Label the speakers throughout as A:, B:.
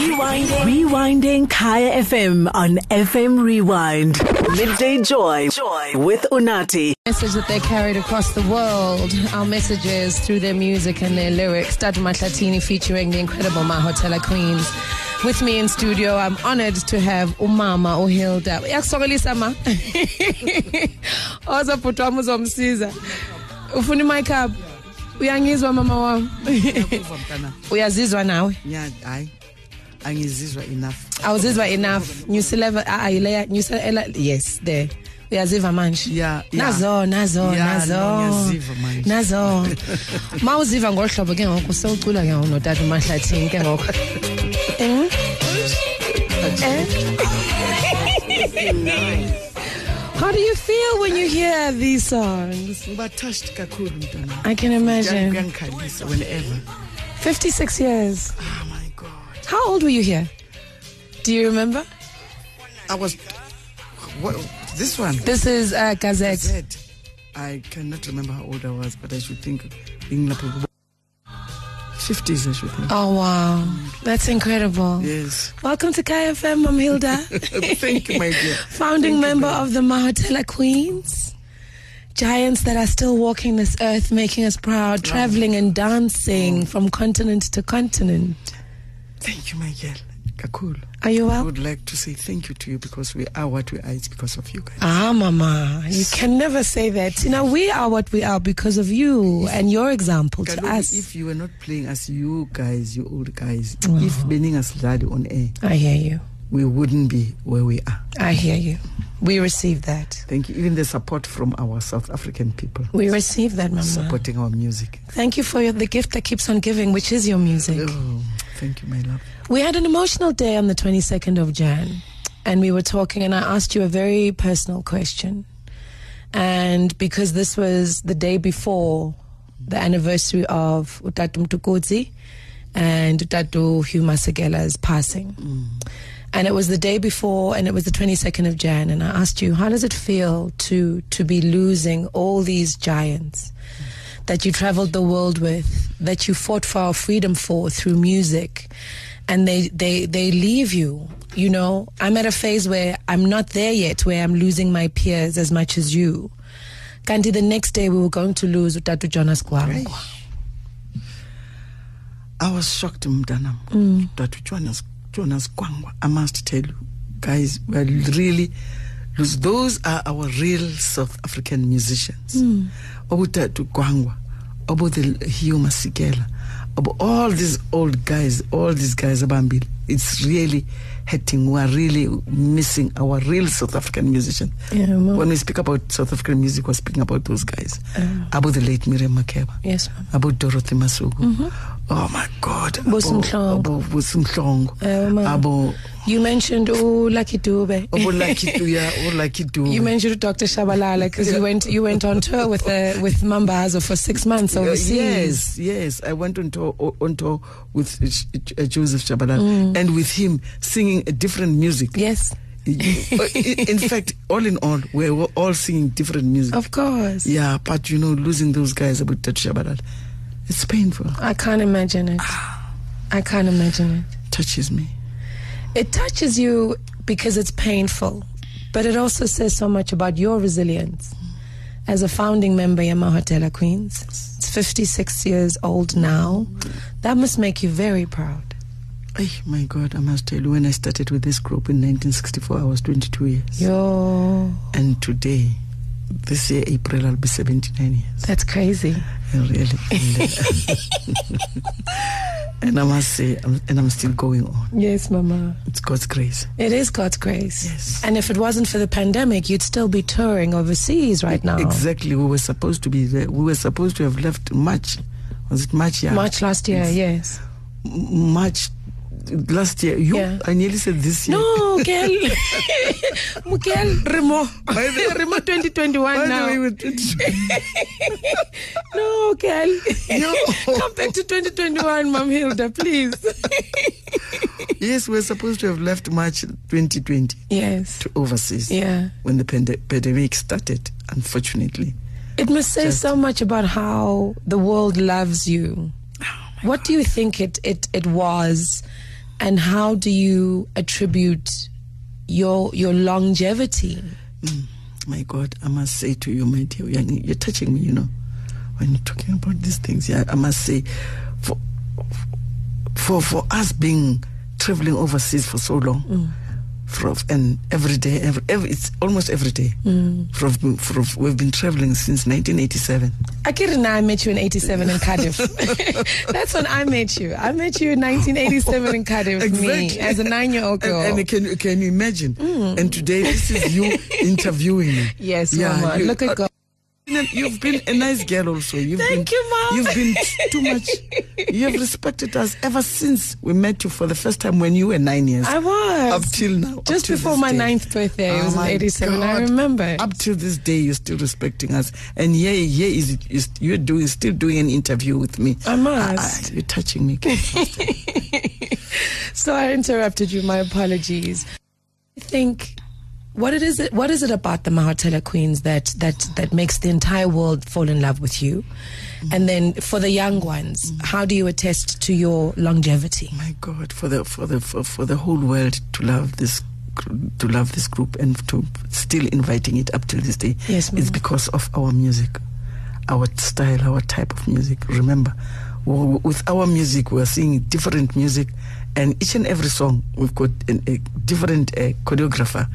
A: Rewinding. Rewinding Kaya FM on FM Rewind. Midday Joy. Joy with Unati.
B: message that they carried across the world, our messages through their music and their lyrics. Dad Matlatini featuring the incredible Mahotela Queens. With me in studio, I'm honored to have Umama Ohilda. Uyakusokolisa ma? Oza bhuti wami uzomsiza. Ufuna i-makeup? Uyangizwa mama wami?
C: Uva mntana
B: Uyazizwa nawe?
C: nya hayi angizizwa enough
B: Awuzizwa enough. New silver, ah, yile- new silver, yes, there. Uyaziva manje?
C: Yeah, yeah.
B: nazo nazo
C: Yeah, no,
B: nazo
C: ngiyaziva manje.
B: nazo ma uziva ngolu hlobo ke ngoku sewucula ke ngoku notata umahlathini ke ngoku Eh? Eh? How do you feel when you hear these songs?
C: ngiba touched kakhulu mntana
B: I can imagine.
C: kuyangikhalisa whenever
B: 56 years.
C: oh my god
B: How old were you here? Do you remember?
C: i was what, this one
B: This is uh, Gazette.
C: said i cannot remember how old i was but i should think being lapho kubo- 50s i should think
B: Oh, wow. That's incredible.
C: yes
B: Welcome to KFM. I'm Hilda.
C: thank you my dear
B: founding member of the Mahotela Queens. Giants that are still walking this earth, making us proud, traveling and dancing from continent to continent.
C: thank you my girl kakhulu
B: Are you
C: I
B: well?
C: would like to say thank you to you because we are what we are. It's because of you guys.
B: Ah, Mama, you can never say that. You know, we are what we are because of you and your example to
C: Kaloku,
B: us.
C: If you were not playing us, you guys, you old guys, if being us lad on air,
B: I hear you.
C: we wouldn't be where we are.
B: I hear you. We receive that.
C: Thank you. Even the support from our South African people
B: We receive that, Mama.
C: supporting our music.
B: Thank you for your, the gift that keeps on giving, which is your music.
C: Oh, thank you, my love.
B: We had an emotional day on the 22nd of Jan, and we were talking, and I asked you a very personal question. And because this was the day before the anniversary of Utatu Mtukudzi and Utatu Hugh Masagela's passing. And it was the day before, and it was the 22nd of Jan. And I asked you, how does it feel to, to be losing all these giants? that you traveled the world with, that you fought for our freedom for through music, and they, they, they leave you. You know, I'm at a phase where I'm not there yet, where I'm losing my peers as much as you. Kanti, the next day we were going to lose Utatu Jonas Gwangwa.
C: I was shocked, Mdanam, that Jonas, Jonas Kwangwa, I must tell you, guys, we are really, those- those are our real South African musicians. Obutatu Kwangwa, Obu the Hugh Masikela, Obu all these old guys, all these guys, Abambili. It's really hurting. We are really missing our real South African musicians.
B: Yeah, well-
C: when we speak about South African music, we're speaking about those guys. About the late Miriam Makeba
B: Yes, ma'am.
C: about Dorothy Masuku.
B: Mhm.
C: Oh my God.
B: Busi Mhlongo.
C: Busumhlongo.
B: Eh, ma.
C: Abo
B: You mentioned oh, Lucky Dube.
C: abo Lucky Tuya, abo Lucky Dube.
B: You mentioned Dr. Shabalala because you went you went on tour with uh, with Mambazo for six months
C: Uh,
B: overseas.
C: Yes, yes. I went on tour, o- on tour with uh, Sh- uh, Joseph Chabalala
B: Mm.
C: and with him singing a different music.
B: Yes,
C: Uh, in in fact, all in all, we were all singing different music.
B: of course.
C: Yeah, but you know, losing those guys about Touch Shabalala, it's painful.
B: I can't imagine it. I can't imagine it.
C: Touches me.
B: It touches you because it's painful, but it also says so much about your resilience. As a founding member in Mahotela Queens, it's 56 years old now. That must make you very proud.
C: Ay, my God, I must tell you, when I started with this group in 1964, I was 22 years.
B: Yo,
C: And today, this year, April, I'll be 79 years.
B: that's crazy.
C: I really. feel that. and I must say, I'm, and I'm still going on.
B: Yes, Mama.
C: It's God's grace.
B: It is God's grace.
C: Yes.
B: And if it wasn't for the pandemic, you'd still be touring overseas right now.
C: Exactly. We were supposed to be there. We were supposed to have left March. Was it March? Yeah.
B: March last year,
C: It's
B: yes.
C: M- March last year. You,
B: Yeah.
C: I nearly said this year.
B: No, girl. Miguel.
C: Remo. By the,
B: Remo 2021
C: by
B: now.
C: the way, we did-
B: No, girl.
C: No.
B: Come back to 2021, Mom Hilda, please.
C: yes, we were supposed to have left March 2020
B: yes.
C: to overseas
B: Yeah.
C: when the pande- pandemic started, unfortunately.
B: It must say
C: Just-
B: so much about
C: Oh
B: how the world loves you. What do you think it, it, it was and how do you attribute your your longevity?
C: Mm, My God, I must say to you, my dear, you're, you're touching me, you know, when you're talking about these things. Yeah, I must say, for for for us being traveling overseas for so long,
B: Mm.
C: from and every day, every, every it's almost every day.
B: Mm.
C: From, from we've been traveling since 1987.
B: Akira and I met you in 87 in Cardiff. That's when I met you. I met you in 1987 in Cardiff, me, as a nine year old girl. Mm.
C: And, and can, can you imagine? And today, this is you interviewing me.
B: yes, mama.
C: you- uh,
B: Look at God.
C: You've been a nice girl, also. You've
B: Thank
C: been,
B: you, Mom.
C: You've been t- too much. You've respected us ever since we met you for the first time when you were nine years.
B: I was.
C: Up till now. up
B: Just
C: till
B: before
C: this
B: my
C: day. Oh
B: ninth birthday, it was in
C: my
B: 87. I
C: God.
B: remember.
C: Up till this day, you're still respecting us, and yeah, yeah, is, is you're doing still doing an interview with me.
B: I must.
C: Ah, ah, you're touching me.
B: So I interrupted you. My apologies. I think what it is it what is it about the Mahatela Queens that that that makes the entire world fall in love with you? And then for the young ones, how do you attest to your longevity?
C: my God, for the for the for, for the whole world to love this gr- to love this group and to still inviting it up till this day.
B: Yes, Mama.
C: it's because of our music, our style, our type of music. Remember, w- with our music, we are seeing different music, and each and every song we've got an, a different uh, choreographer.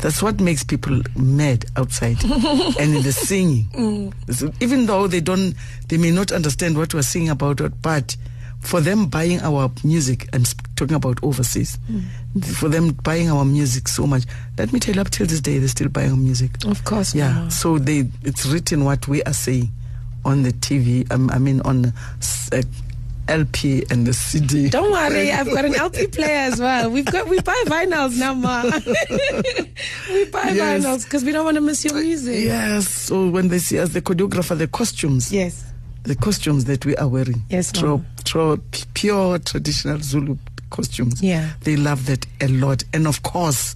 C: That's what makes people mad outside, and in the singing. So even though they don't, they may not understand what we're singing about, what part for them buying our music, I'm sp- talking about overseas, for them buying our music so much. Let me tell you, up till this day, they're still buying our music.
B: Of course,
C: Yeah.
B: Mama.
C: So they, it's written what we are saying on the TV. Um, I mean, on the s- uh, LP and the CD.
B: Don't worry, I've got an LP player as well. We've got we buy vinyls now, ma. we buy
C: Yes.
B: vinyls because we don't want to miss your music.
C: Yes. So when they see us, the choreographer, the costumes.
B: Yes.
C: the costumes that we are wearing.
B: Yes,
C: tro-
B: Mama.
C: tro- p- pure traditional Zulu costumes.
B: Yeah.
C: They love that a lot. And of course,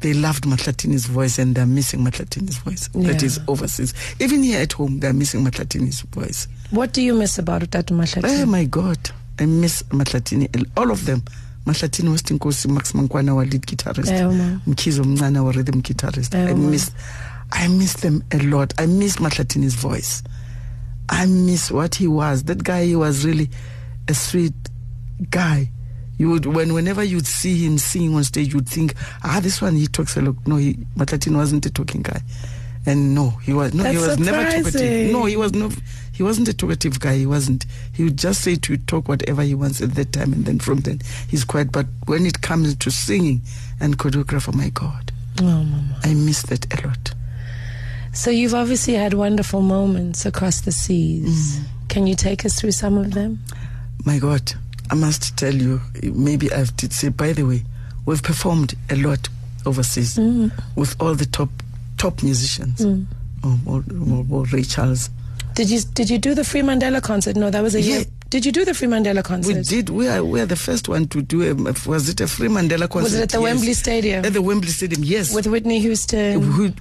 C: they loved Matlatini's voice and they're missing Matlatini's voice. That
B: Yeah.
C: is overseas. Even here at home, they're missing Matlatini's voice.
B: What do you miss about Utatu
C: Oh
B: Mahlatsi?
C: my God. I miss Matlatini. and All of them. Matlatini was Tinkosi, Max Mankwana, our lead guitarist.
B: Yeah, Mama.
C: Mkizo Mnana, our rhythm guitarist.
B: Yeah,
C: I
B: Mama.
C: miss I miss them a lot. I miss Matlatini's voice. I miss what he was. That guy he was really a sweet guy. You would when whenever you'd see him singing on stage, you'd think, ah, this one he talks a lot. No, he Matlatin wasn't a talking guy. And no, he was no, he
B: That's
C: was never talkative.
B: surprising.
C: No, he was no, he wasn't a talkative guy. He wasn't. He would just say to you, talk whatever he wants at that time, and then from then he's quiet. But when it comes to singing and choreographer, my God,
B: Oh, Mama.
C: I miss that a lot.
B: So you've obviously had wonderful moments across the
C: Mm.
B: seas. Can you take us through some of them?
C: My God, I must tell you, maybe I did say, by the way, we've performed a lot overseas
B: Mm.
C: with all the top top musicians. Oh, or, or, or Ray Charles.
B: Did you did you do the Free Mandela concert? No, that was a year.
C: Yeah.
B: Did you do the Free Mandela concert?
C: We did. We are, we are the first one to do. A, was it a Free Mandela concert?
B: Was it at the
C: Yes.
B: Wembley Stadium
C: At the Wembley Stadium, yes.
B: with Whitney Houston,
C: Who-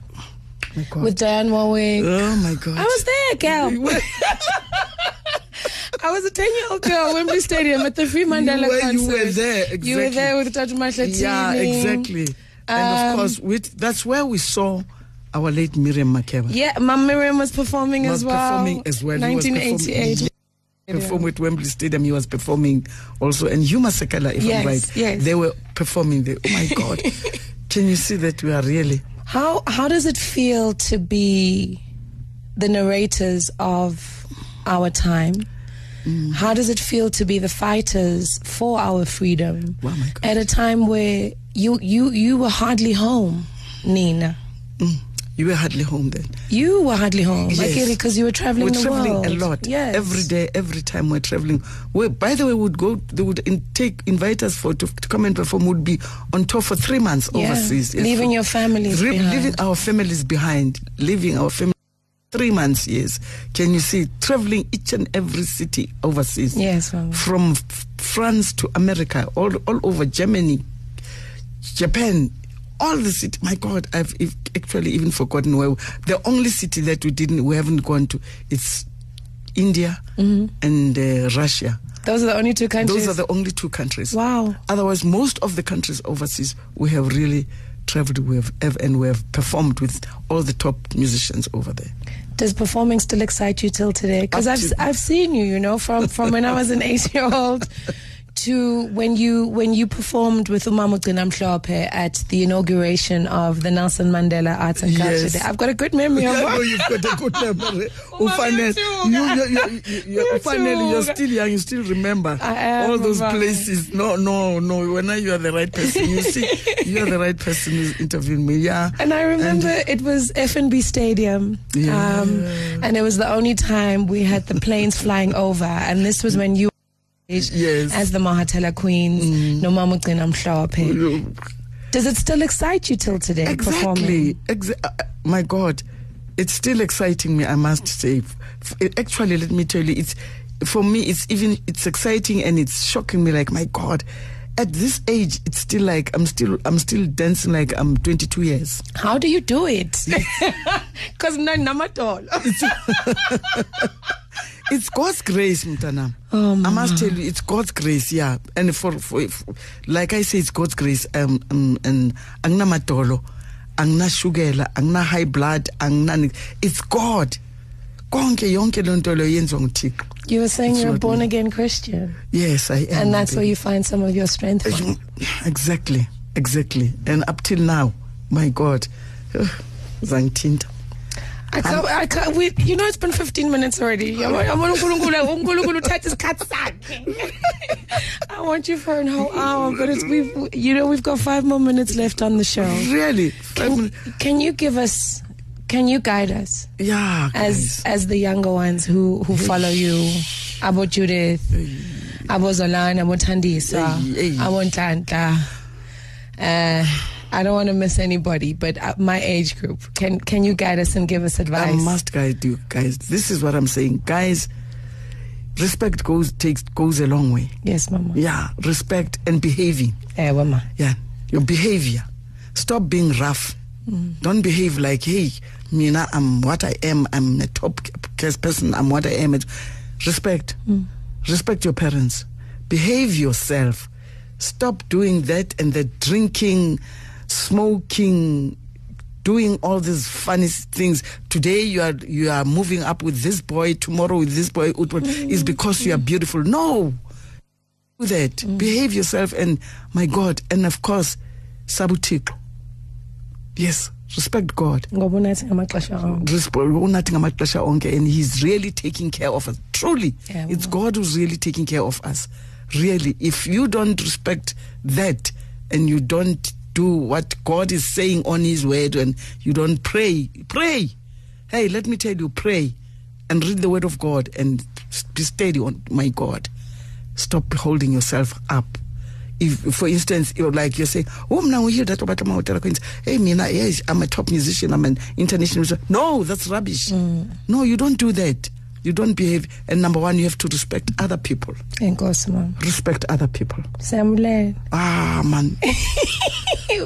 C: my God.
B: with Diane Warwick?
C: oh my God.
B: I was there,
C: You
B: girl.
C: were-
B: I was a ten-year-old girl, Wembley Stadium, at the Free Mandela
C: were-
B: concert.
C: you were there,
B: You were
C: exactly.
B: there with Dr. Mahlatini.
C: yeah, exactly. and of
B: Um,
C: course, with, that's where we saw our late Miriam Makeba.
B: Yeah, Mum Miriam was performing
C: was
B: as well.
C: performing as well. He was performing-
B: 1988.
C: Yeah. Perform with Wembley Stadium. He was performing also, and Huma Sekala, if
B: Yes,
C: I'm right,
B: yes.
C: they were performing there. Oh my God! Can you see that we are really?
B: How how does it feel to be the narrators of our time?
C: Mm.
B: How does it feel to be the fighters for our freedom
C: Wow, my God.
B: at a time where you you you were hardly home, Nina?
C: Mm, you were hardly home then.
B: You were hardly home,
C: Yes.
B: because you were traveling
C: We're
B: the
C: traveling
B: world.
C: a lot.
B: Yes.
C: Every day, every time we're traveling. We, by the way, would go. They would in, take invite us for to, to come and perform. Would be on tour for three months
B: Yeah.
C: overseas. Yes.
B: Leaving your families
C: Re-
B: behind.
C: Leaving our families behind. Leaving our families. Three months, yes. Can you see traveling each and every city overseas?
B: Yes, Mama.
C: From f- France to America, all all over Germany, Japan, all the city. My God, I've ev- actually even forgotten where. The only city that we didn't, we haven't gone to, it's India and uh, Russia.
B: Those are the only two countries.
C: Those are the only two countries.
B: Wow.
C: Otherwise, most of the countries overseas, we have really traveled, we have, have and we have performed with all the top musicians over there.
B: Does performing still excite you till today? Because
C: Up
B: I've
C: to-
B: I've seen you, you know, from from when I was an eight year old. To when you when you performed with Umamu Mhlophe at the inauguration of the Nelson Mandela Arts and Culture
C: Yes.
B: Day, I've got a good memory of
C: Yeah,
B: what-
C: no, you've got a good memory. Ufanele-
B: uyathuka.
C: you, you, you, you, you, ufanele, you're
B: Uyathuka.
C: still young, you still remember
B: I am,
C: all those
B: Mama.
C: places. No, no, no. When you are the right person, you see, you are the right person who's interviewing me. Yeah.
B: And I remember it was FNB Stadium,
C: Yeah.
B: um, and it was the only time we had the planes flying over. And this was when you,
C: Yes. Mm.
B: as the Mahatela Queens, Nomamu Mhlophe.
C: You-
B: Does it still excite you till today?
C: Exactly.
B: Performing?
C: Exa- uh, uh, my God, it's still exciting me. I must say. F- it- actually, let me tell you, it's for me. It's even it's exciting and it's shocking me. Like my God, at this age, it's still like I'm still I'm still dancing like I'm 22 years.
B: How do you do it? Because no, not at all.
C: It's God's grace, Mtana.
B: Oh,
C: I must tell you, it's God's grace, yeah. And for, for, for like I say, it's God's grace. Um, um, and angna matolo, angna sugar, angna high blood, angna. It's God. Konke yonke lonto lo yenziwa nguThixo.
B: You were saying
C: It's
B: you're a
C: not
B: born
C: me.
B: again Christian,
C: Yes, I am.
B: and that's where
C: baby.
B: you find some of your strength. from.
C: Exactly, exactly. And up till now, my God, zangithinta.
B: I can't. I can't. We, you know, it's been 15 minutes already. I want- I want uNkulunkulu- uNkulunkulu touch his cut sakhe. I want you for an whole hour, but it's we've. You know, we've got five more minutes left on the show.
C: Really?
B: Can, can you give us? Can you guide us
C: yeah.
B: as as the younger ones who who follow you, Abo Judith, Abo Zolan, Abo Tandisa,
C: Hey, hey.
B: Abo Ntanta. Uh, I don't want to miss anybody, but uh, my age group. Can can you guide us and give us advice?
C: I must guide you guys. This is what I'm saying, guys. Respect goes takes goes a long way.
B: Yes, Mama.
C: Yeah, respect and behaving.
B: Eh, Mama.
C: Yeah, your behavior. Stop being rough. Don't behave like hey, Mina, I'm what I am. I'm a top class person. I'm what I am. It- Respect. Respect your parents. Behave yourself. Stop doing that and the drinking, smoking, doing all these funny things. Today you are you are moving up with this boy, tomorrow with this boy. It's because you are beautiful. No, do that. Behave yourself, and my God, and of course, sabutik. Yes, respect God.
B: Ngobona athi ngamaxesha am.
C: Respect unathi ngamaxesha onke, and He's really taking care of us. Truly,
B: Yeah,
C: it's
B: wow.
C: God who's really taking care of us. Really, if you don't respect that, and you don't do what God is saying on His word, and you don't pray, pray. Hey, let me tell you, pray, and read the word of God, and be steady on my God. Stop holding yourself up if for instance you're like you say oh now we hear that about my hotel queens hey mina yes i'm a top musician i'm an international musician." no that's rubbish
B: Mm.
C: no you don't do that you don't behave and number one you have to respect other people
B: Enkosi, Mama.
C: respect other people
B: Siyambulela.
C: ah man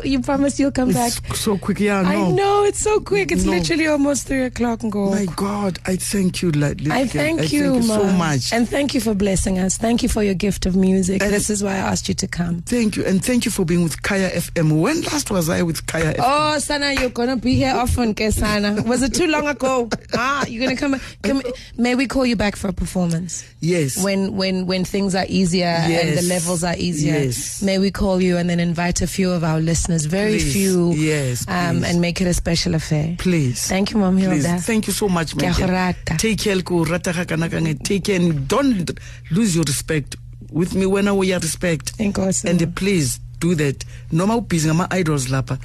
B: You promise you'll come back.
C: it's so quick yeah no
B: I know it's so quick. It's
C: No.
B: literally almost three o'clock. Ngo.
C: my god i thank you like
B: I thank you,
C: so
B: Mom.
C: much
B: and thank you for blessing us. Thank you for your gift of music.
C: And-
B: this is why I asked you to come.
C: thank you and thank you for being with kaya fm when last was i with kaya fm
B: Oh, Sana, you're gonna be here often, Kesana. Was it too long ago? Ah, you're gonna come. come may we call you back for a performance
C: yes
B: when when when things are easier and the
C: Yes.
B: levels are easier?
C: Yes.
B: May we call you and then invite a few of our listeners, very
C: Please.
B: few,
C: Yes,
B: um,
C: please.
B: and make it a special affair.
C: please
B: Thank you, Mom
C: Please,
B: Hilda.
C: thank you so much,
B: Ke a
C: my
B: go
C: dear.
B: rata.
C: Take care, ko rata ga kana kang. Take care and don't lose your respect with me when I wear respect.
B: Thank you.
C: And uh, please do that. Noma ubhizi ngama idols lapha.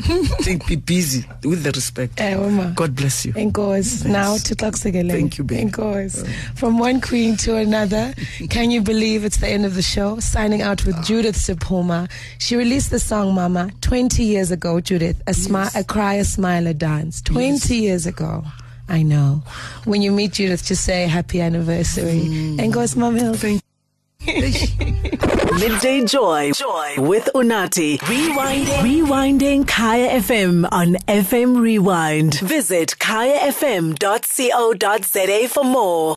C: Think- Be busy with the respect.
B: Eh, Uma.
C: God bless you.
B: Enkosi. Now to Toxic
C: Thank you, babe.
B: Enkosi. From one queen to another. Can you believe it's the end of the show? Signing out
C: Ah.
B: with Judith Sipoma. She released the song Mama 20 years ago, Judith. A smile, a cry, a smile, a dance. 20 years ago. I know. When you meet Judith, just say happy anniversary.
C: Mm.
B: Enkosi Mamil.
C: Thank
A: Midday Joy, Joy with Unati. Rewinding, rewinding Kaya FM on FM Rewind. Visit kayafm.co.za for more.